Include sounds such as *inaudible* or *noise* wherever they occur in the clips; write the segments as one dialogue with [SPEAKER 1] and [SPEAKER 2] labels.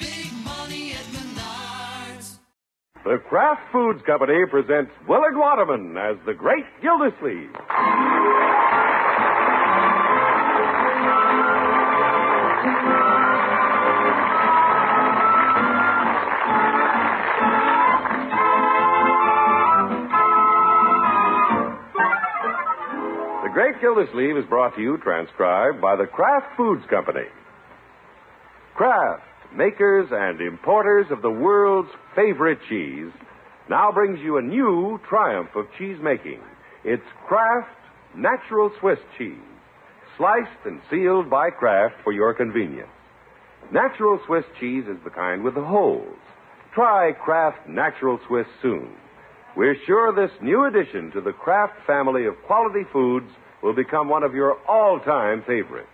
[SPEAKER 1] big money at Menards.
[SPEAKER 2] The Kraft Foods Company presents Willard Waterman as the Great Gildersleeve. The Great Gildersleeve is brought to you, transcribed by the Kraft Foods Company. Kraft, makers and importers of the world's favorite cheese, now brings you a new triumph of cheese making. It's Kraft Natural Swiss Cheese, sliced and sealed by Kraft for your convenience. Natural Swiss cheese is the kind with the holes. Try Kraft Natural Swiss soon. We're sure this new addition to the Kraft family of quality foods will become one of your all time favorites.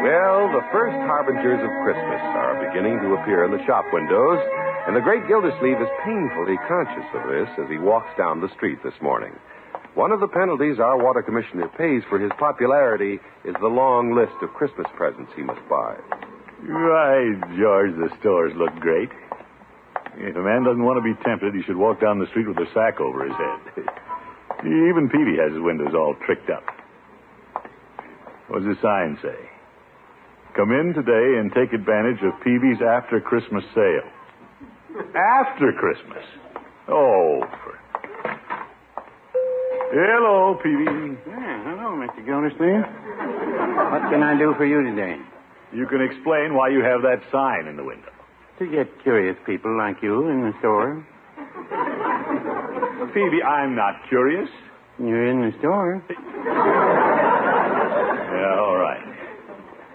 [SPEAKER 2] Well, the first harbingers of Christmas are beginning to appear in the shop windows, and the great Gildersleeve is painfully conscious of this as he walks down the street this morning. One of the penalties our water commissioner pays for his popularity is the long list of Christmas presents he must buy.
[SPEAKER 3] Right, George, the stores look great. If a man doesn't want to be tempted, he should walk down the street with a sack over his head. *laughs* Even Peavy has his windows all tricked up. What does the sign say? Come in today and take advantage of Peavy's after Christmas sale. After Christmas? Oh, for... Hello, Peavy.
[SPEAKER 4] Yeah, hello, Mr. Gildersleeve. What can I do for you today?
[SPEAKER 3] You can explain why you have that sign in the window.
[SPEAKER 4] To get curious people like you in the store.
[SPEAKER 3] Peavy, I'm not curious.
[SPEAKER 4] You're in the store.
[SPEAKER 3] Yeah, all right.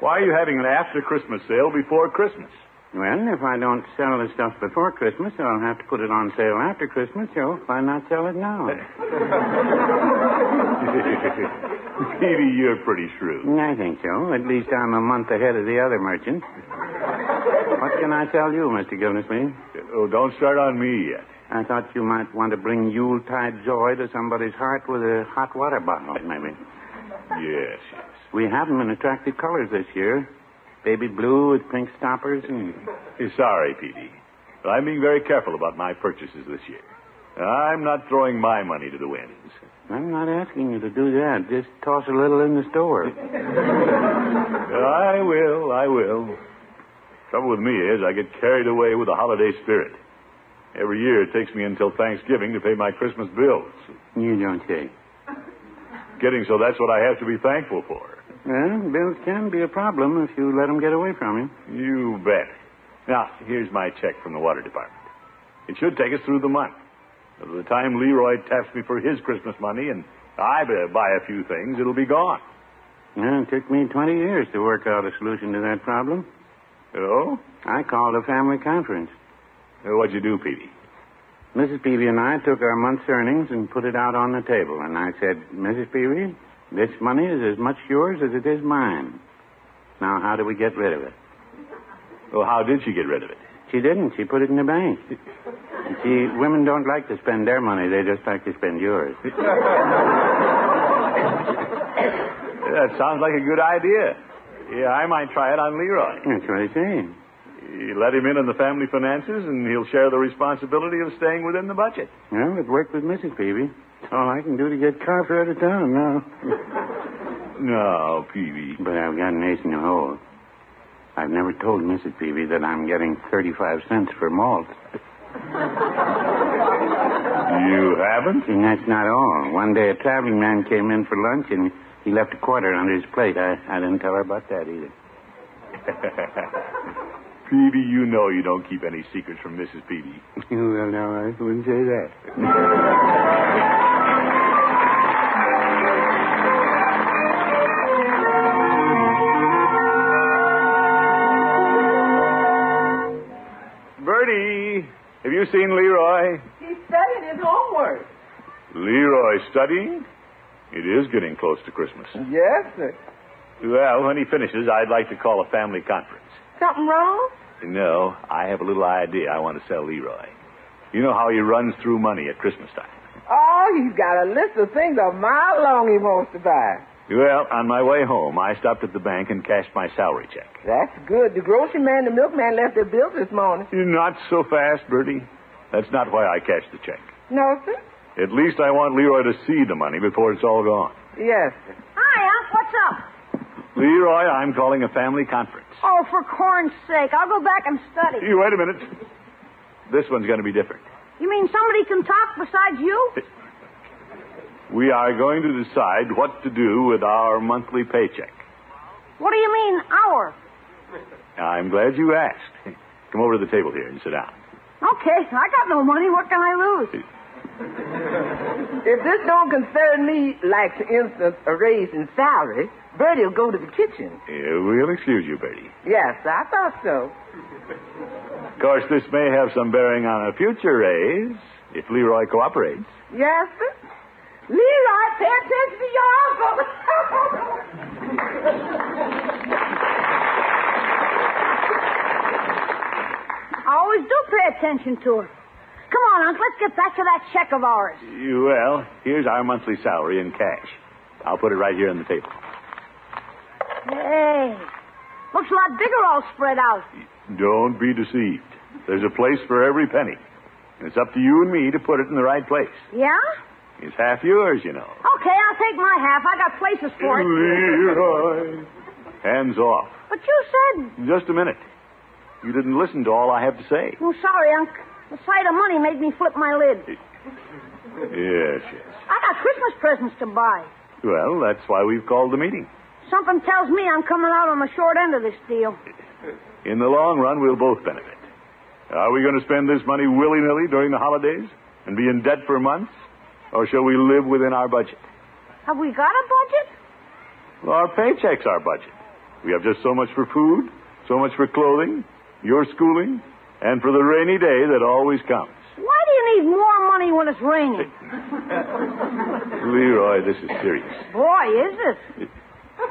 [SPEAKER 3] Why are you having an after Christmas sale before Christmas? *laughs*
[SPEAKER 4] Well, if I don't sell the stuff before Christmas, I'll have to put it on sale after Christmas, so why not sell it now?
[SPEAKER 3] Peavy, you're pretty shrewd.
[SPEAKER 4] I think so. At least I'm a month ahead of the other merchants. What can I tell you, Mr. Gildersleeve?
[SPEAKER 3] Oh, don't start on me yet.
[SPEAKER 4] I thought you might want to bring Yuletide joy to somebody's heart with a hot water bottle, maybe.
[SPEAKER 3] Yes, yes.
[SPEAKER 4] We have them in attractive colors this year. Baby blue with pink stoppers and...
[SPEAKER 3] Eh, Sorry, Peavy, but I'm being very careful about my purchases this year. I'm not throwing my money to the winds.
[SPEAKER 4] I'm not asking you to do that. Just toss a little in the store.
[SPEAKER 3] I will, I will. Trouble with me is I get carried away with the holiday spirit. Every year it takes me until Thanksgiving to pay my Christmas bills.
[SPEAKER 4] You don't say.
[SPEAKER 3] Getting so that's what I have to be thankful for.
[SPEAKER 4] Well, bills can be a problem if you let them get away from you.
[SPEAKER 3] You bet. Now, here's my check from the water department. It should take us through the month. By the time Leroy taps me for his Christmas money and I b- buy a few things, it'll be gone.
[SPEAKER 4] Yeah, it took me 20 years to work out a solution to that problem.
[SPEAKER 3] Oh?
[SPEAKER 4] I called a family conference.
[SPEAKER 3] Uh, What'd you do, Petey?
[SPEAKER 4] Mrs. Peavy and I took our month's earnings and put it out on the table. And I said, Mrs. Peavy, this money is as much yours as it is mine. Now, how do we get rid of it?
[SPEAKER 3] Well, how did she get rid of it?
[SPEAKER 4] She didn't. She put it in the bank. You See, women don't like to spend their money. They just like to spend yours.
[SPEAKER 3] That sounds like a good idea. Yeah, I might try it on Leroy.
[SPEAKER 4] That's what I say.
[SPEAKER 3] You let him in on the family finances, and he'll share the responsibility of staying within the budget.
[SPEAKER 4] Well, it worked with Mrs. Peavy. It's all I can do to get Carver out of town now.
[SPEAKER 3] No, Peavy.
[SPEAKER 4] But I've got an ace in the hole. I've never told Mrs. Peavy that I'm getting 35 cents for malt.
[SPEAKER 3] You haven't?
[SPEAKER 4] And that's not all. One day a traveling man came in for lunch and he left a quarter under his plate. I, I didn't tell her about that either. *laughs*
[SPEAKER 3] Peavy, you know you don't keep any secrets from Mrs. Peavy.
[SPEAKER 4] well, now, I wouldn't say that.
[SPEAKER 3] you seen Leroy?
[SPEAKER 5] He's studying his homework.
[SPEAKER 3] Leroy studying? It is getting close to Christmas.
[SPEAKER 5] Yes, sir.
[SPEAKER 3] Well, when he finishes, I'd like to call a family conference.
[SPEAKER 5] Something wrong?
[SPEAKER 3] No, I have a little idea I want to sell Leroy. You know how he runs through money at Christmas time.
[SPEAKER 5] Oh, he's got a list of things a mile long he wants to buy.
[SPEAKER 3] Well, on my way home, I stopped at the bank and cashed my salary check.
[SPEAKER 5] That's good. The grocery man and the milkman left their bills this morning.
[SPEAKER 3] You're not so fast, Bertie. That's not why I cashed the check.
[SPEAKER 5] No, sir?
[SPEAKER 3] At least I want Leroy to see the money before it's all gone. *laughs*
[SPEAKER 5] Yes, sir.
[SPEAKER 6] Hi, Unc. What's up?
[SPEAKER 3] Leroy, I'm calling a family conference.
[SPEAKER 6] Oh, for corn's sake. I'll go back and study.
[SPEAKER 3] You wait a minute. This one's going to be different.
[SPEAKER 6] You mean somebody can talk besides you?
[SPEAKER 3] We are going to decide what to do with our monthly paycheck.
[SPEAKER 6] What do you mean, our?
[SPEAKER 3] I'm glad you asked. Come over to the table here and sit down.
[SPEAKER 6] Okay, I got no money. What can I lose?
[SPEAKER 5] If this don't concern me, like, for instance, a raise in salary, Bertie will go to the kitchen.
[SPEAKER 3] Yeah, Uh, we'll excuse you, Bertie.
[SPEAKER 5] Yes, I thought so.
[SPEAKER 3] Of course, this may have some bearing on a future raise if Leroy cooperates.
[SPEAKER 5] Yes, sir. Leroy, pay attention to your uncle. *laughs*
[SPEAKER 6] I always do pay attention to her. Come on, Unc. Let's get back to that check of ours.
[SPEAKER 3] Well, here's our monthly salary in cash. I'll put it right here on the table.
[SPEAKER 6] Hey, looks a lot bigger all spread out.
[SPEAKER 3] Don't be deceived. There's a place for every penny. And it's up to you and me to put it in the right place.
[SPEAKER 6] Yeah?
[SPEAKER 3] It's half yours, you know.
[SPEAKER 6] Okay, I'll take my half. I got places for it.
[SPEAKER 3] Leroy. Hands off.
[SPEAKER 6] But you said.
[SPEAKER 3] Just a minute. You didn't listen to all I have to say.
[SPEAKER 6] Oh, sorry, Unc. The sight of money made me flip my lid.
[SPEAKER 3] Yes, yes.
[SPEAKER 6] I got Christmas presents to buy.
[SPEAKER 3] Well, that's why we've called the meeting.
[SPEAKER 6] Something tells me I'm coming out on the short end of this deal.
[SPEAKER 3] In the long run, we'll both benefit. Are we going to spend this money willy nilly during the holidays and be in debt for months? Or shall we live within our budget?
[SPEAKER 6] Have we got a budget?
[SPEAKER 3] Our paycheck's our budget. We have just so much for food, so much for clothing, your schooling, and for the rainy day that always comes.
[SPEAKER 6] Why do you need more money when it's raining?
[SPEAKER 3] Leroy, this is serious.
[SPEAKER 6] Boy, is it.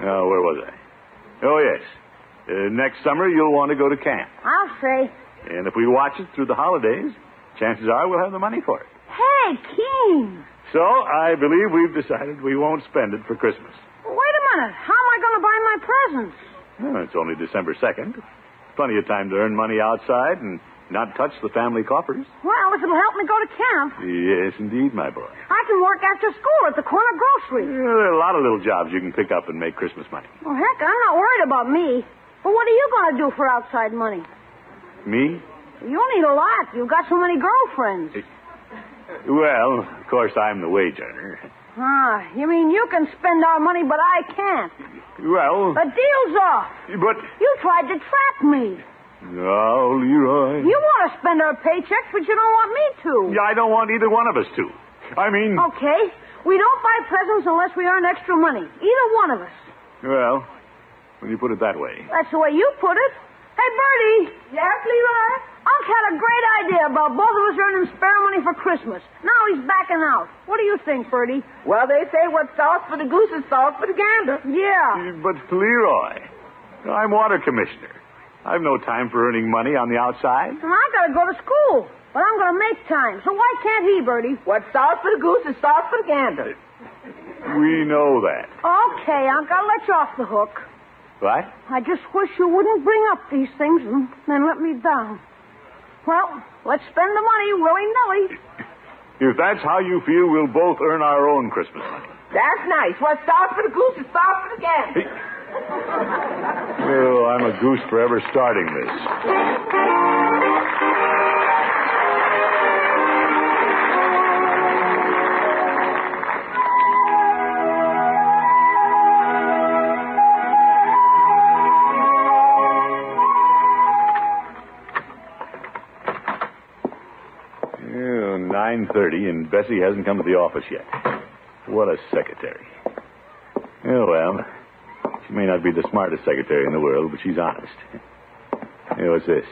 [SPEAKER 3] Now, Uh, where was I? Oh, yes. Uh, next summer, you'll want to go to camp.
[SPEAKER 6] I'll say.
[SPEAKER 3] And if we watch it through the holidays, chances are we'll have the money for it.
[SPEAKER 6] Hey, Keen.
[SPEAKER 3] So I believe we've decided we won't spend it for Christmas.
[SPEAKER 6] Wait a minute. How am I going to buy my presents?
[SPEAKER 3] Well, it's only December 2nd. Plenty of time to earn money outside and not touch the family coffers.
[SPEAKER 6] Well, if it'll help me go to camp,
[SPEAKER 3] Yes, indeed, my boy.
[SPEAKER 6] I can work after school at the corner
[SPEAKER 3] Yeah,
[SPEAKER 6] grocery.
[SPEAKER 3] there are a lot of little jobs you can pick up and make Christmas money.
[SPEAKER 6] Well, heck, I'm not worried about me. But what are you going to do for outside money?
[SPEAKER 3] Me?
[SPEAKER 6] You need a lot. You've got so many girlfriends.
[SPEAKER 3] Well, of course, I'm the wage earner.
[SPEAKER 6] Ah, you mean you can spend our money, but I can't.
[SPEAKER 3] Well,
[SPEAKER 6] The deal's off.
[SPEAKER 3] but.
[SPEAKER 6] You tried to trap me.
[SPEAKER 3] No, Leroy.
[SPEAKER 6] You want to spend our paychecks, but you don't want me to.
[SPEAKER 3] Yeah, I don't want either one of us to. I mean,
[SPEAKER 6] Okay. We don't buy presents unless we earn extra money. Either one of us.
[SPEAKER 3] well, when you put it that way.
[SPEAKER 6] That's the way you put it. Hey, Bertie. Yes, Leroy? Unc had a great idea about both of us earning spare money for Christmas. Now he's backing out. What do you think, Bertie?
[SPEAKER 5] Well, they say what's sauce for the goose is sauce for the gander.
[SPEAKER 6] Yeah.
[SPEAKER 3] But Leroy, I'm water commissioner. I've no time for earning money on the outside.
[SPEAKER 6] And I've got to go to school. But I'm going to make time. So why can't he, Bertie?
[SPEAKER 5] What's sauce for the goose is sauce for the gander.
[SPEAKER 3] We know that.
[SPEAKER 6] Okay, Unc, I'll let you off the hook.
[SPEAKER 3] What?
[SPEAKER 6] I just wish you wouldn't bring up these things and then let me down. Well, let's spend the money willy-nilly.
[SPEAKER 3] If that's how you feel, we'll both earn our own Christmas money.
[SPEAKER 5] That's nice. What's sauce for the goose is sauce for the gander.
[SPEAKER 3] Oh, I'm a goose for ever starting this. Oh, 9.30 and Bessie hasn't come to the office yet. What a secretary. Oh, well, she may not be the smartest secretary in the world, but she's honest. Hey, what's this?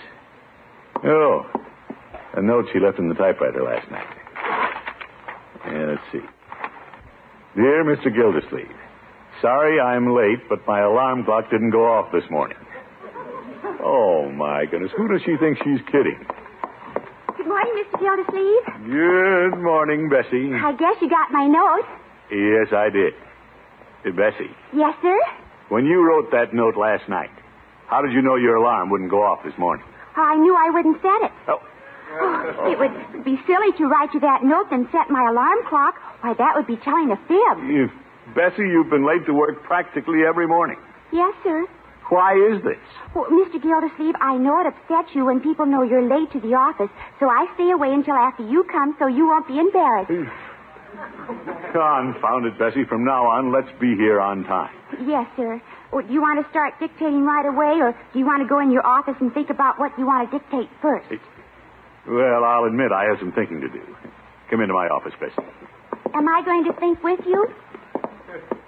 [SPEAKER 3] Oh, A note she left in the typewriter last night. Yeah, let's see. Dear Mr. Gildersleeve, sorry I'm late, but my alarm clock didn't go off this morning. Oh, my goodness. Who does she think she's kidding?
[SPEAKER 7] Good morning, Mr. Gildersleeve.
[SPEAKER 3] Good morning, Bessie.
[SPEAKER 7] I guess you got my note.
[SPEAKER 3] Yes, I did. Hey, Bessie,
[SPEAKER 7] Yes, sir?
[SPEAKER 3] when you wrote that note last night, how did you know your alarm wouldn't go off this morning?
[SPEAKER 7] Oh, I knew I wouldn't set it.
[SPEAKER 3] Oh,
[SPEAKER 7] It would be silly to write you that note and set my alarm clock. Why, that would be telling a fib.
[SPEAKER 3] you, Bessie, you've been late to work practically every morning.
[SPEAKER 7] Yes, sir.
[SPEAKER 3] Why is this?
[SPEAKER 7] Well, Mr. Gildersleeve, I know it upsets you when people know you're late to the office, so I stay away until after you come so you won't be embarrassed.
[SPEAKER 3] Confound it, Bessie. From now on, let's be here on time.
[SPEAKER 7] yes, sir. Well, do you want to start dictating right away, or do you want to go in your office and think about what you want to dictate first?
[SPEAKER 3] Well, I'll admit I have some thinking to do. Come into my office, Bessie.
[SPEAKER 7] Am I going to think with you?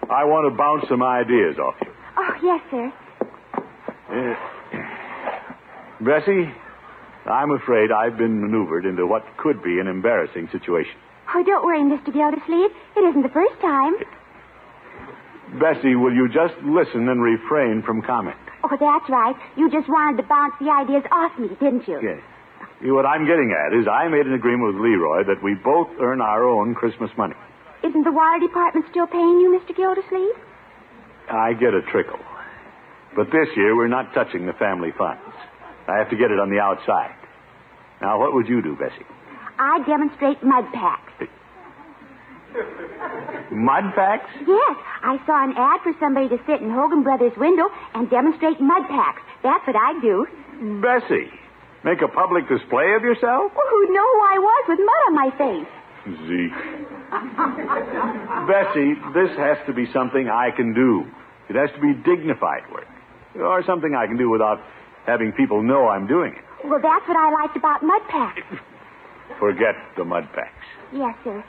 [SPEAKER 3] I want to bounce some ideas off you.
[SPEAKER 7] Oh, yes, sir.
[SPEAKER 3] Uh, Bessie, I'm afraid I've been maneuvered into what could be an embarrassing situation.
[SPEAKER 7] Oh, don't worry, Mr. Gildersleeve. It isn't the first time.
[SPEAKER 3] Bessie, will you just listen and refrain from comment?
[SPEAKER 7] Oh, that's right. You just wanted to bounce the ideas off me, didn't you?
[SPEAKER 3] Yes. What I'm getting at is I made an agreement with Leroy that we both earn our own Christmas money.
[SPEAKER 7] Isn't the water department still paying you, Mr. Gildersleeve?
[SPEAKER 3] I get a trickle. But this year, we're not touching the family funds. I have to get it on the outside. Now, what would you do, Bessie?
[SPEAKER 7] I demonstrate mud packs.
[SPEAKER 3] Mud packs?
[SPEAKER 7] Yes, I saw an ad for somebody to sit in Hogan Brothers' window and demonstrate mud packs. That's what I do.
[SPEAKER 3] Bessie, make a public display of yourself?
[SPEAKER 7] Well, who'd know who I was with mud on my face?
[SPEAKER 3] Zeke. Bessie, this has to be something I can do. It has to be dignified work. Or something I can do without having people know I'm doing it.
[SPEAKER 7] Well, that's what I liked about mud packs.
[SPEAKER 3] Forget the mud packs.
[SPEAKER 7] Yes, sir.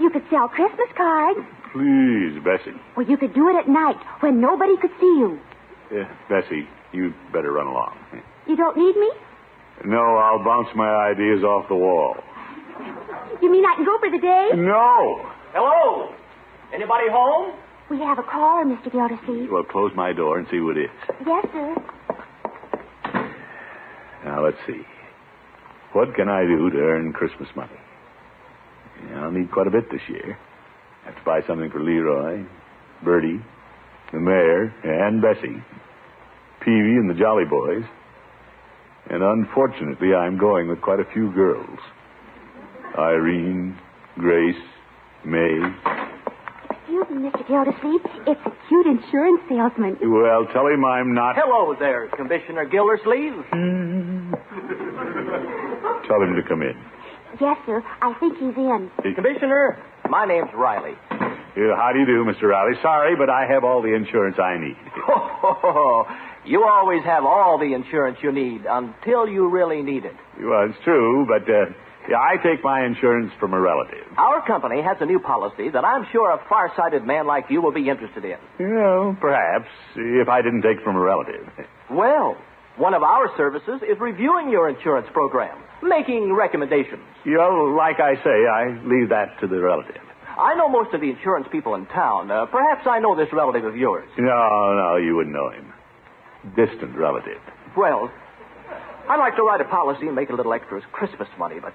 [SPEAKER 7] You could sell Christmas cards,
[SPEAKER 3] Please, Bessie.
[SPEAKER 7] or you could do it at night when nobody could see you.
[SPEAKER 3] Uh, Bessie, you'd better run along.
[SPEAKER 7] You don't need me?
[SPEAKER 3] No, I'll bounce my ideas off the wall.
[SPEAKER 7] You mean I can go for the day?
[SPEAKER 3] No!
[SPEAKER 5] Hello? Anybody home?
[SPEAKER 7] We have a caller, Mr. Gildersleeve.
[SPEAKER 3] Well, close my door and see who it is.
[SPEAKER 7] Yes, sir.
[SPEAKER 3] Now, let's see. What can I do to earn Christmas money? Yeah, I'll need quite a bit this year. I have to buy something for Leroy, Bertie, the mayor, and Bessie, Peavy, and the Jolly Boys. And unfortunately, I'm going with quite a few girls Irene, Grace, May.
[SPEAKER 7] Excuse me, Mr. Gildersleeve. It's a cute insurance salesman.
[SPEAKER 3] Well, tell him I'm not.
[SPEAKER 5] Hello there, Commissioner Gildersleeve.
[SPEAKER 3] Tell him to come in.
[SPEAKER 7] Yes, sir. I think he's in.
[SPEAKER 5] Commissioner, my name's Riley. *laughs*
[SPEAKER 3] Yeah, how do you do, Mr. Riley? Sorry, but I have all the insurance I need.
[SPEAKER 5] you always have all the insurance you need until you really need it.
[SPEAKER 3] Well, it's true, but uh, yeah, I take my insurance from a relative.
[SPEAKER 5] Our company has a new policy that I'm sure a far-sighted man like you will be interested in.
[SPEAKER 3] You know, perhaps, if I didn't take from a relative.
[SPEAKER 5] Well, one of our services is reviewing your insurance program, making recommendations.
[SPEAKER 3] You know, like I say, I leave that to the relative.
[SPEAKER 5] I know most of the insurance people in town. Uh, perhaps I know this relative of yours.
[SPEAKER 3] No, no, you wouldn't know him. Distant relative.
[SPEAKER 5] Well, I'd like to write a policy and make a little extra as Christmas money, but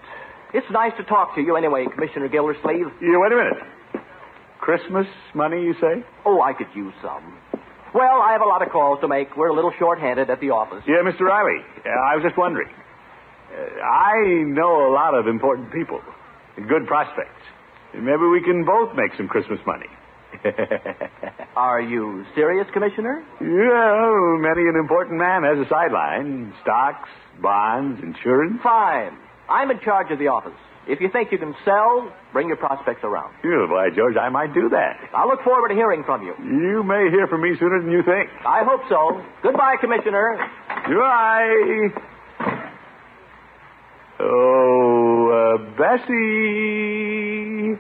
[SPEAKER 5] it's nice to talk to you anyway, Commissioner Gildersleeve.
[SPEAKER 3] Yeah, wait a minute. Christmas money, you say?
[SPEAKER 5] Oh, I could use some. Well, I have a lot of calls to make. We're a little short-handed at the office.
[SPEAKER 3] Yeah, Mr. Riley, uh, I was just wondering. Uh, I know a lot of important people, good prospects. Maybe we can both make some Christmas money.
[SPEAKER 5] Are you serious, Commissioner?
[SPEAKER 3] Yeah, many an important man has a sideline stocks, bonds, insurance.
[SPEAKER 5] Fine. I'm in charge of the office. If you think you can sell, bring your prospects around.
[SPEAKER 3] Yeah, why, George, I might do that.
[SPEAKER 5] I look forward to hearing from you.
[SPEAKER 3] You may hear from me sooner than you think.
[SPEAKER 5] I hope so. Goodbye, Commissioner.
[SPEAKER 3] Goodbye. Oh, uh, Bessie.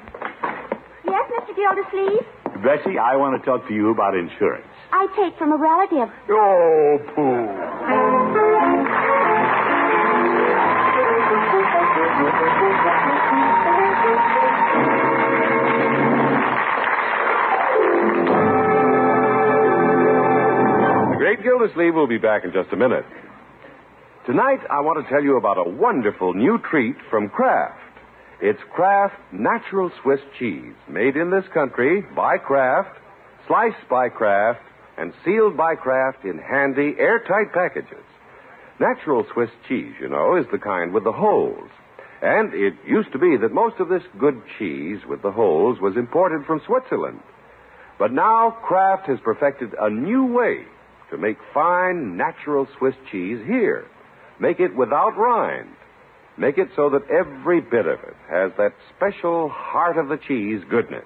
[SPEAKER 7] Yes, Mr. Gildersleeve.
[SPEAKER 3] Bessie, I want to talk to you about insurance.
[SPEAKER 7] I take from a relative.
[SPEAKER 3] Oh, pooh.
[SPEAKER 7] *laughs*
[SPEAKER 2] The Great Gildersleeve will be back in just a minute. Tonight, I want to tell you about a wonderful new treat from Kraft. It's Kraft Natural Swiss Cheese, made in this country by Kraft, sliced by Kraft, and sealed by Kraft in handy, airtight packages. Natural Swiss cheese, you know, is the kind with the holes. And it used to be that most of this good cheese with the holes was imported from Switzerland. But now Kraft has perfected a new way to make fine natural Swiss cheese here. Make it without rind. Make it so that every bit of it has that special heart of the cheese goodness.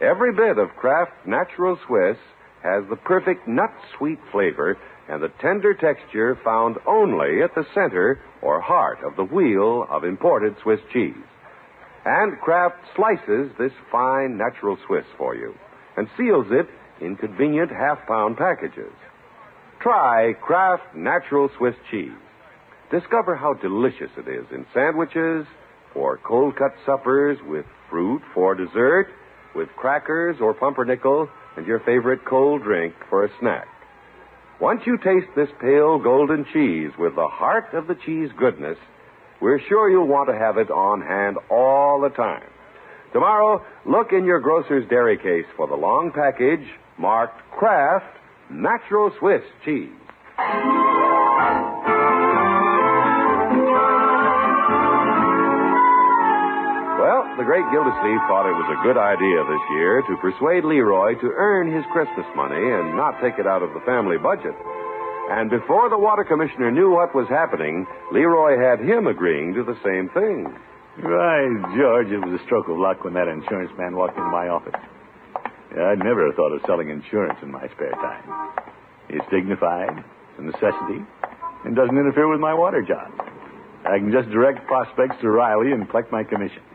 [SPEAKER 2] Every bit of Kraft Natural Swiss has the perfect nut sweet flavor and the tender texture found only at the center or heart of the wheel of imported Swiss cheese. And Kraft slices this fine natural Swiss for you and seals it in convenient half pound packages. Try Kraft Natural Swiss cheese. Discover how delicious it is in sandwiches, for cold cut suppers, with fruit, for dessert, with crackers or pumpernickel, and your favorite cold drink for a snack. Once you taste this pale golden cheese with the heart of the cheese goodness, we're sure you'll want to have it on hand all the time. Tomorrow, look in your grocer's dairy case for the long package marked Kraft Natural Swiss Cheese. Well, the great Gildersleeve thought it was a good idea this year to persuade Leroy to earn his Christmas money and not take it out of the family budget. And before the water commissioner knew what was happening, Leroy had him agreeing to the same thing.
[SPEAKER 3] Right, George, it was a stroke of luck when that insurance man walked into my office. Yeah, I'd never have thought of selling insurance in my spare time. It's dignified, it's a necessity, and doesn't interfere with my water job. I can just direct prospects to Riley and collect my commission. *laughs*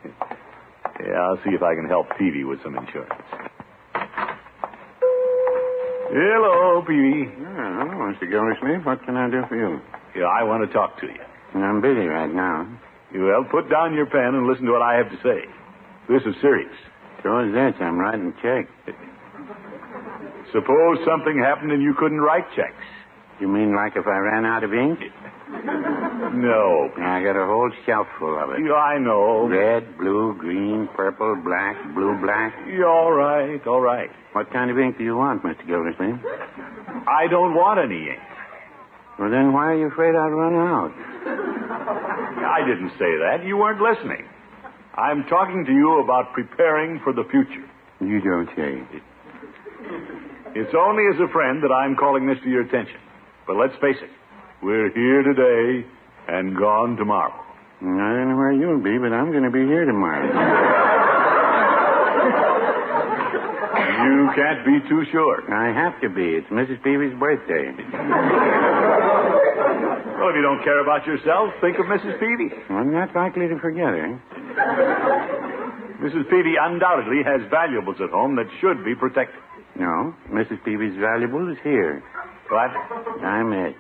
[SPEAKER 3] Yeah, I'll see if I can help Peavy with some insurance. Hello, Peavy.
[SPEAKER 4] Yeah, hello, Mr. Gildersleeve. What can I do for you?
[SPEAKER 3] Yeah, I want to talk to you.
[SPEAKER 4] I'm busy right now.
[SPEAKER 3] Well, put down your pen and listen to what I have to say. This is serious.
[SPEAKER 4] Sure as this, I'm writing checks.
[SPEAKER 3] Suppose something happened and you couldn't write checks.
[SPEAKER 4] You mean like if I ran out of ink?
[SPEAKER 3] No.
[SPEAKER 4] I got a whole shelf full of it.
[SPEAKER 3] You- I know.
[SPEAKER 4] Red, blue, green, purple, black, blue, black.
[SPEAKER 3] You're All right, all right.
[SPEAKER 4] What kind of ink do you want, Mr. Gildersleeve?
[SPEAKER 3] I don't want any ink.
[SPEAKER 4] Well, then why are you afraid I'd run out?
[SPEAKER 3] I didn't say that. You weren't listening. I'm talking to you about preparing for the future.
[SPEAKER 4] You don't say.
[SPEAKER 3] It's only as a friend that I'm calling this to your attention. But let's face it, we're here today and gone tomorrow.
[SPEAKER 4] I don't know where you'll be, but I'm going to be here tomorrow.
[SPEAKER 3] You can't be too sure.
[SPEAKER 4] I have to be. It's Mrs. Peavy's birthday.
[SPEAKER 3] Well, if you don't care about yourself, think of Mrs. Peavy.
[SPEAKER 4] I'm not likely to forget her.
[SPEAKER 3] Mrs. Peavy undoubtedly has valuables at home that should be protected.
[SPEAKER 4] No, Mrs. Peavy's valuable is here.
[SPEAKER 3] But,
[SPEAKER 4] I'm it.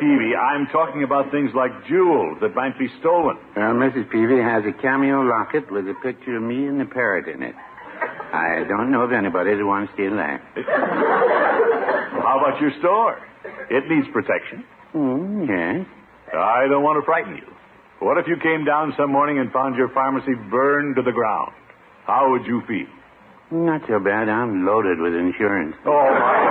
[SPEAKER 3] Peavy, I'm talking about things like jewels that might be stolen.
[SPEAKER 4] Well, Mrs. Peavy has a cameo locket with a picture of me and the parrot in it. I don't know of anybody that wants to steal that.
[SPEAKER 3] Well, how about your store? It needs protection.
[SPEAKER 4] Mm, yes.
[SPEAKER 3] I don't want to frighten you. What if you came down some morning and found your pharmacy burned to the ground? How would you feel?
[SPEAKER 4] Not so bad. I'm loaded with insurance.
[SPEAKER 3] Oh, my.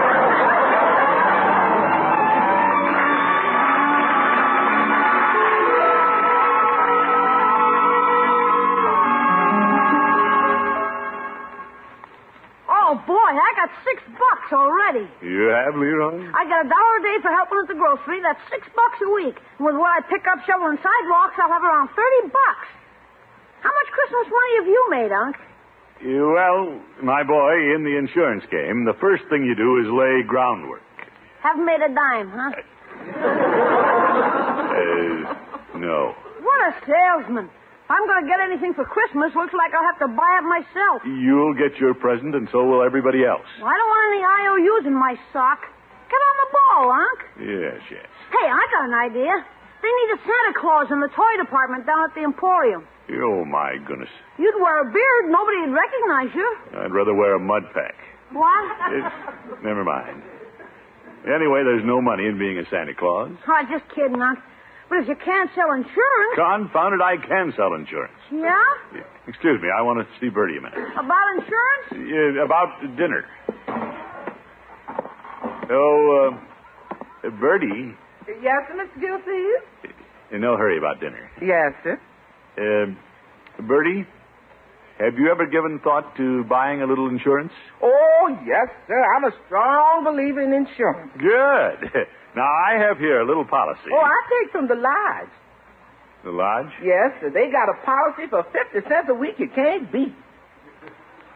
[SPEAKER 6] Oh, boy, I got six bucks already.
[SPEAKER 3] You have, Leroy?
[SPEAKER 6] I get a dollar a day for helping at the grocery. That's six bucks a week. And with what I pick up shoveling sidewalks, I'll have around 30 bucks. How much Christmas money have you made, Unc?
[SPEAKER 3] You- Well, my boy, in the insurance game, the first thing you do is lay groundwork.
[SPEAKER 6] Haven't made a dime, huh?
[SPEAKER 3] Uh, no.
[SPEAKER 6] What a salesman. If I'm going to get anything for Christmas, looks like I'll have to buy it myself.
[SPEAKER 3] You'll get your present, and so will everybody else.
[SPEAKER 6] I don't want any IOUs in my sock. Get on the
[SPEAKER 8] a ball, Unc.
[SPEAKER 3] Yes, yes.
[SPEAKER 8] Hey, I got an idea. They need a Santa Claus in the toy department down at the Emporium.
[SPEAKER 3] Oh, my goodness.
[SPEAKER 8] You'd wear a beard, nobody would recognize you.
[SPEAKER 3] I'd rather wear a mud pack.
[SPEAKER 8] What?
[SPEAKER 3] It's, never mind. Anyway, there's no money in being a Santa Claus.
[SPEAKER 8] Oh, just kidding, Unc. But if you can't sell insurance.
[SPEAKER 3] Confound it, I can sell insurance.
[SPEAKER 8] Yeah?
[SPEAKER 3] Excuse me, I want to see Bertie a minute.
[SPEAKER 8] About insurance?
[SPEAKER 3] Uh, about dinner. Oh, uh, Bertie,
[SPEAKER 5] Yes, sir, Mr. Gilsey?
[SPEAKER 3] in no hurry about dinner.
[SPEAKER 5] Yes, sir.
[SPEAKER 3] Uh, Bertie, have you ever given thought to buying a little insurance?
[SPEAKER 5] Oh, yes, sir. I'm a strong believer in insurance.
[SPEAKER 3] Good. Now, I have here a little policy.
[SPEAKER 5] Oh, I take from the lodge.
[SPEAKER 3] The lodge?
[SPEAKER 5] Yes, sir. They got a policy for 50 cents a week you can't beat.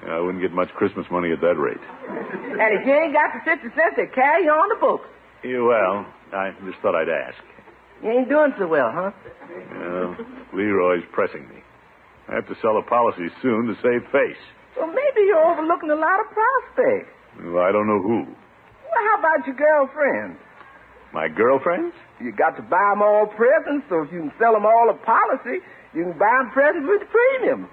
[SPEAKER 3] Yeah, I wouldn't get much Christmas money at that rate.
[SPEAKER 5] And if you ain't got the 50 cents, they carry you on the books.
[SPEAKER 3] Yeah, well, I just thought I'd ask.
[SPEAKER 5] You ain't doing so well, huh?
[SPEAKER 3] Well, Leroy's pressing me. I have to sell a policy soon to save face.
[SPEAKER 5] Well, maybe you're overlooking a lot of prospects.
[SPEAKER 3] Well, I don't know who.
[SPEAKER 5] Well, how about your girlfriends?
[SPEAKER 3] My girlfriends?
[SPEAKER 5] You got to buy 'em all presents, so if you can sell 'em all a policy, you can buy 'em presents with the premium.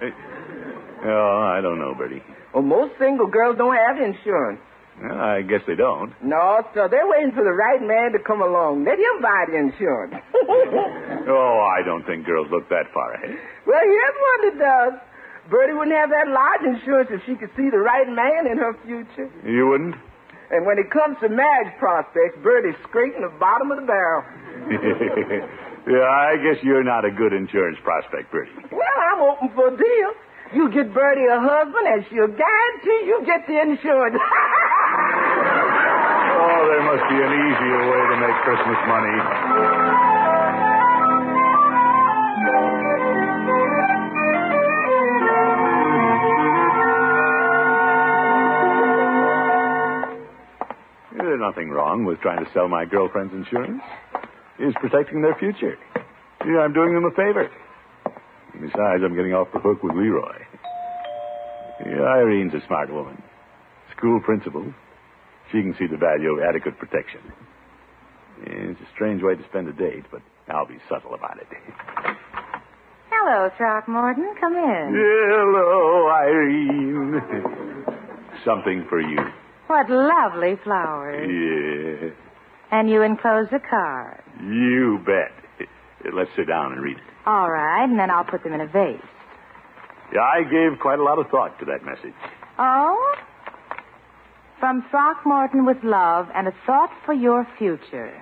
[SPEAKER 3] Oh, I don't know, Bertie.
[SPEAKER 5] Well, most single girls don't have insurance.
[SPEAKER 3] Well, I guess they don't.
[SPEAKER 5] No, sir, they're waiting for the right man to come along. Let him buy the insurance. *laughs*
[SPEAKER 3] Oh, I don't think girls look that far ahead.
[SPEAKER 5] well, here's one that does. Bertie wouldn't have that lodge insurance if she could see the right man in her future.
[SPEAKER 3] You wouldn't? *laughs*
[SPEAKER 5] And when it comes to marriage prospects, Bertie's scraping the bottom of the barrel.
[SPEAKER 3] yeah, I guess you're not a good insurance prospect, Bertie.
[SPEAKER 5] Well, I'm open for a deal. You get Bertie a husband, and she'll guarantee you get the insurance. *laughs*
[SPEAKER 3] Oh, there must be an easier way to make Christmas money. There's nothing wrong with trying to sell my girlfriend's insurance. It's protecting their future. Yeah, I'm doing them a favor. Besides, I'm getting off the hook with Leroy. Yeah, Irene's a smart woman. School principal, she can see the value of adequate protection. It's a strange way to spend a date, but I'll be subtle about it.
[SPEAKER 6] Hello, Throckmorton. Come in.
[SPEAKER 3] Hello, Irene. Something for you.
[SPEAKER 6] What lovely flowers.
[SPEAKER 3] Yeah.
[SPEAKER 6] And you enclose the card.
[SPEAKER 3] You bet. Let's sit down and read it.
[SPEAKER 6] All right, and then I'll put them in a vase.
[SPEAKER 3] Yeah, I gave quite a lot of thought to that message.
[SPEAKER 6] Oh? From Throckmorton with love and a thought for your future.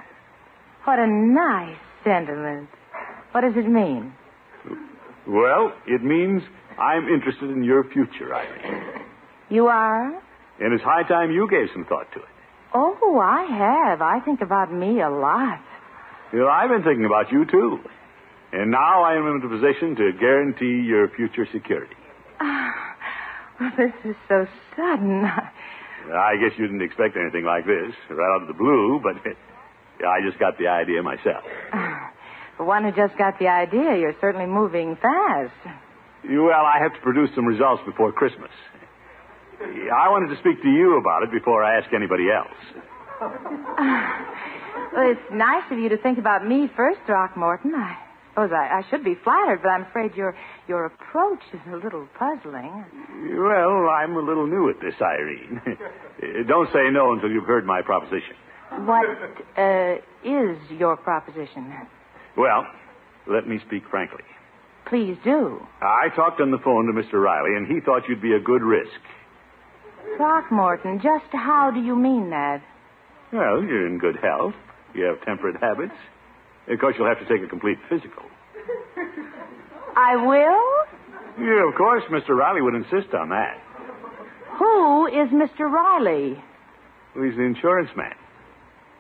[SPEAKER 6] What a nice sentiment. What does it mean?
[SPEAKER 3] Well, it means I'm interested in your future, Irene.
[SPEAKER 6] You are?
[SPEAKER 3] And it's high time you gave some thought to it.
[SPEAKER 6] Oh, I have. I think about me a lot.
[SPEAKER 3] You know, I've been thinking about you, too. And now I am in a position to guarantee your future security.
[SPEAKER 6] Ah, Well, this is so sudden.
[SPEAKER 3] I guess you didn't expect anything like this, right out of the blue, but *laughs* I just got the idea myself.
[SPEAKER 6] For one who just got the idea, you're certainly moving fast.
[SPEAKER 3] Well, I have to produce some results before Christmas. I wanted to speak to you about it before I ask anybody else.
[SPEAKER 6] Well, it's nice of you to think about me first, Throckmorton. I suppose I, I should be flattered, but I'm afraid your your approach is a little puzzling.
[SPEAKER 3] Well, I'm a little new at this, Irene. *laughs* Don't say no until you've heard my proposition.
[SPEAKER 6] What uh, is your proposition?
[SPEAKER 3] Well, let me speak frankly.
[SPEAKER 6] Please do.
[SPEAKER 3] I talked on the phone to Mr. Riley, and he thought you'd be a good risk.
[SPEAKER 6] Throckmorton, just how do you mean that?
[SPEAKER 3] Well, you're in good health. You have temperate habits. Of course, you'll have to take a complete physical.
[SPEAKER 6] I will?
[SPEAKER 3] Yeah, of course, Mr. Riley would insist on that.
[SPEAKER 6] Who is Mr. Riley?
[SPEAKER 3] Well, he's the insurance man.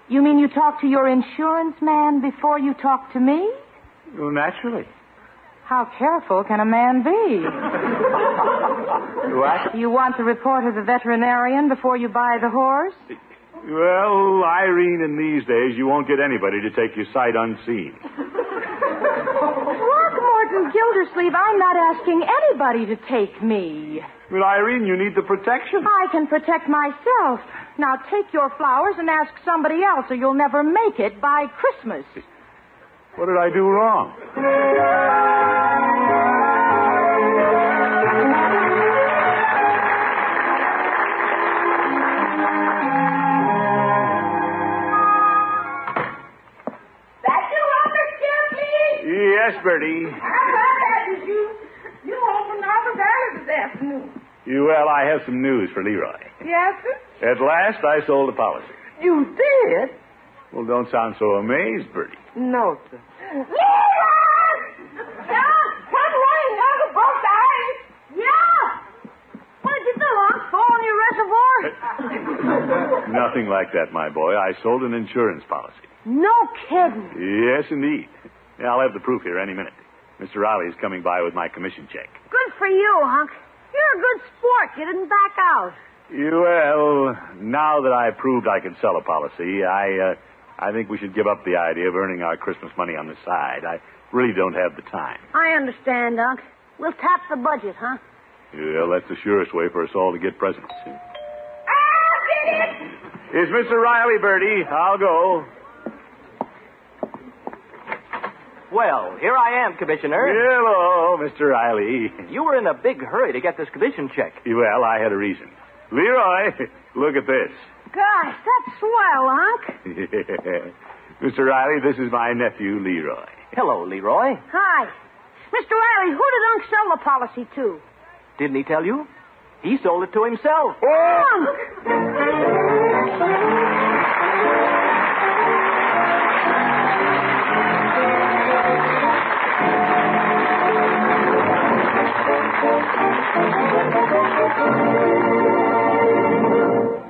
[SPEAKER 6] You mean you talked to your insurance man before you talked to me?
[SPEAKER 3] Well, naturally.
[SPEAKER 6] How careful can a man be?
[SPEAKER 3] What?
[SPEAKER 6] You want the report of the veterinarian before you buy the horse?
[SPEAKER 3] Well, Irene, in these days, you won't get anybody to take you sight unseen.
[SPEAKER 6] Throckmorton Gildersleeve, I'm not asking anybody to take me.
[SPEAKER 3] But Irene, you need the protection.
[SPEAKER 9] I can protect myself. Now take your flowers and ask somebody else, or you'll never make it by Christmas.
[SPEAKER 3] What did I do wrong?
[SPEAKER 10] That you, Robert Stilsby?
[SPEAKER 3] Yes, Bertie.
[SPEAKER 10] I'm glad that was you. You home from Norfolk Island this afternoon.
[SPEAKER 3] Well, I have some news for Leroy.
[SPEAKER 10] Yes, sir?
[SPEAKER 3] At last, I sold the policy.
[SPEAKER 5] You did?
[SPEAKER 3] Well, don't sound so amazed, Bertie.
[SPEAKER 5] No, sir.
[SPEAKER 10] Leroy! John, come running down the boat to Ireland. Yeah! What did you do, Unc? Fall in your reservoir?
[SPEAKER 3] Nothing like that, my boy. I sold an insurance policy.
[SPEAKER 9] No kidding.
[SPEAKER 3] Yes, indeed. Yeah, I'll have the proof here any minute. Mr. Riley is coming by with my commission check.
[SPEAKER 6] Good for you, Hunk. You're a good sport. You didn't back out.
[SPEAKER 3] Well, now that I proved I could sell a policy, I, uh, I think we should give up the idea of earning our Christmas money on the side. I really don't have the time.
[SPEAKER 6] I understand, Unc. We'll tap the budget, huh?
[SPEAKER 3] Well, that's the surest way for us all to get presents.
[SPEAKER 10] I'll get it!
[SPEAKER 3] Is Mr. Riley, Bertie? I'll go.
[SPEAKER 11] Well, here I am, Commissioner.
[SPEAKER 3] Hello, Mr. Riley.
[SPEAKER 11] You were in a big hurry to get this commission check.
[SPEAKER 3] Well, I had a reason. Leroy, look at this.
[SPEAKER 6] Gosh, that's swell,
[SPEAKER 3] *laughs*
[SPEAKER 6] Unc.
[SPEAKER 3] Mr. Riley, this is my nephew, Leroy.
[SPEAKER 11] Hello, Leroy.
[SPEAKER 6] Hi. Mr. Riley, who did Unc sell the policy to?
[SPEAKER 11] Didn't he tell you? He sold it to himself.
[SPEAKER 6] Unc!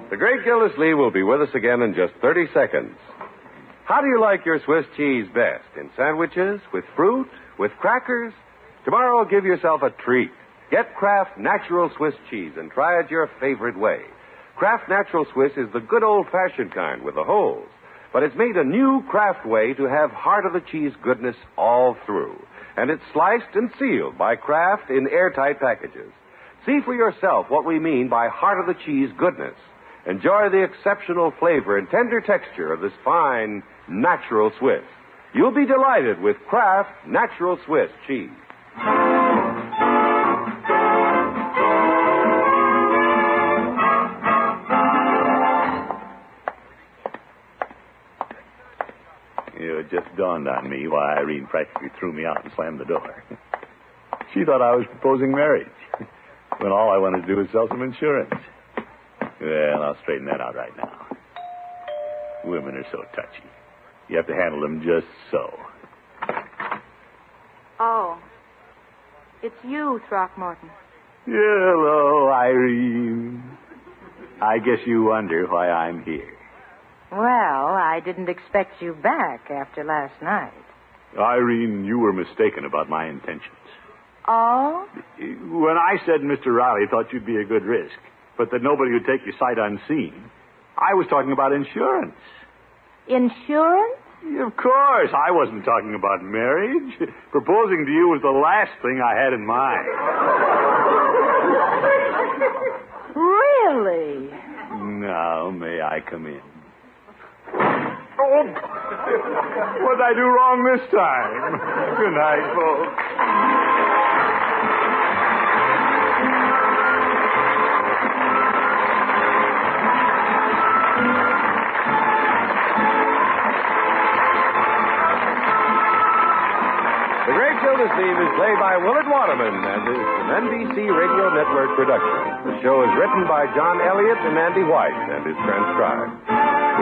[SPEAKER 2] The great Gildersleeve will be with us again in just 30 seconds. How do you like your Swiss cheese best? In sandwiches, with fruit, with crackers? Tomorrow, give yourself a treat. Get Kraft Natural Swiss cheese and try it your favorite way. Kraft Natural Swiss is the good old fashioned kind with the holes, but it's made a new Kraft way to have heart of the cheese goodness all through. And it's sliced and sealed by Kraft in airtight packages. See for yourself what we mean by heart of the cheese goodness. Enjoy the exceptional flavor and tender texture of this fine, natural Swiss. You'll be delighted with Kraft Natural Swiss cheese.
[SPEAKER 3] You know, it just dawned on me why Irene practically threw me out and slammed the door. *laughs* She thought I was proposing marriage, *laughs* when all I wanted to do was sell some insurance. Well, I'll straighten that out right now. Women are so touchy. You have to handle them just so.
[SPEAKER 9] Oh. It's you, Throckmorton.
[SPEAKER 3] Hello, Irene. I guess you wonder why I'm here.
[SPEAKER 9] Well, I didn't expect you back after last night.
[SPEAKER 3] Irene, you were mistaken about my intentions.
[SPEAKER 9] Oh?
[SPEAKER 3] When I said Mr. Riley thought you'd be a good risk, but that nobody would take you sight unseen, I was talking about insurance.
[SPEAKER 9] Insurance?
[SPEAKER 3] Of course, I wasn't talking about marriage. Proposing to you was the last thing I had in mind.
[SPEAKER 9] Really?
[SPEAKER 3] Now, may I come in? Oh, what did I do wrong this time? Good night, folks.
[SPEAKER 2] The Great Gildersleeve is played by Willard Waterman and is an NBC Radio Network production. The show is written by John Elliott and Andy White and is transcribed.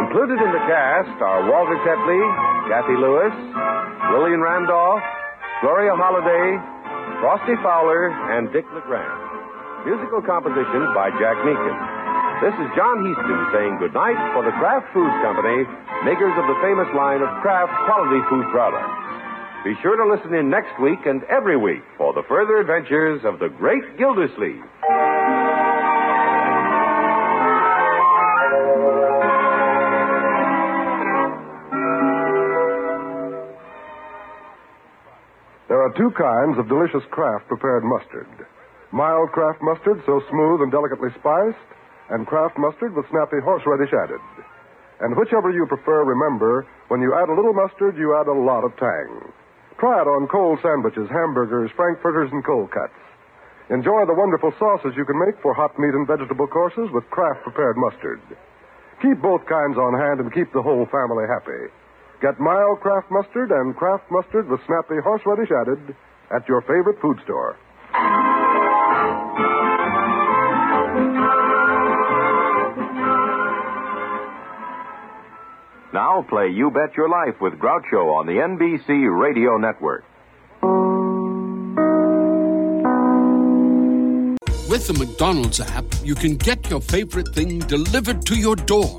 [SPEAKER 2] Included in the cast are Walter Tetley, Kathy Lewis, Lillian Randolph, Gloria Holliday, Frosty Fowler, and Dick LeGrand. Musical compositions by Jack Meakin. This is John Heaston saying goodnight for the Kraft Foods Company, makers of the famous line of Kraft quality food products. Be sure to listen in next week and every week for the further adventures of the great Gildersleeve.
[SPEAKER 12] There are two kinds of delicious Kraft prepared mustard Mild Kraft mustard, so smooth and delicately spiced, and Kraft mustard with snappy horseradish added. And whichever you prefer, remember, when you add a little mustard, you add a lot of tang. Try it on cold sandwiches, hamburgers, frankfurters, and cold cuts. Enjoy the wonderful sauces you can make for hot meat and vegetable courses with Kraft prepared mustard. Keep both kinds on hand and keep the whole family happy. Get mild Kraft mustard and Kraft mustard with snappy horseradish added at your favorite food store.
[SPEAKER 13] Now play You Bet Your Life with Groucho on the NBC Radio Network.
[SPEAKER 6] With the McDonald's app, you can get your favorite thing delivered to your door.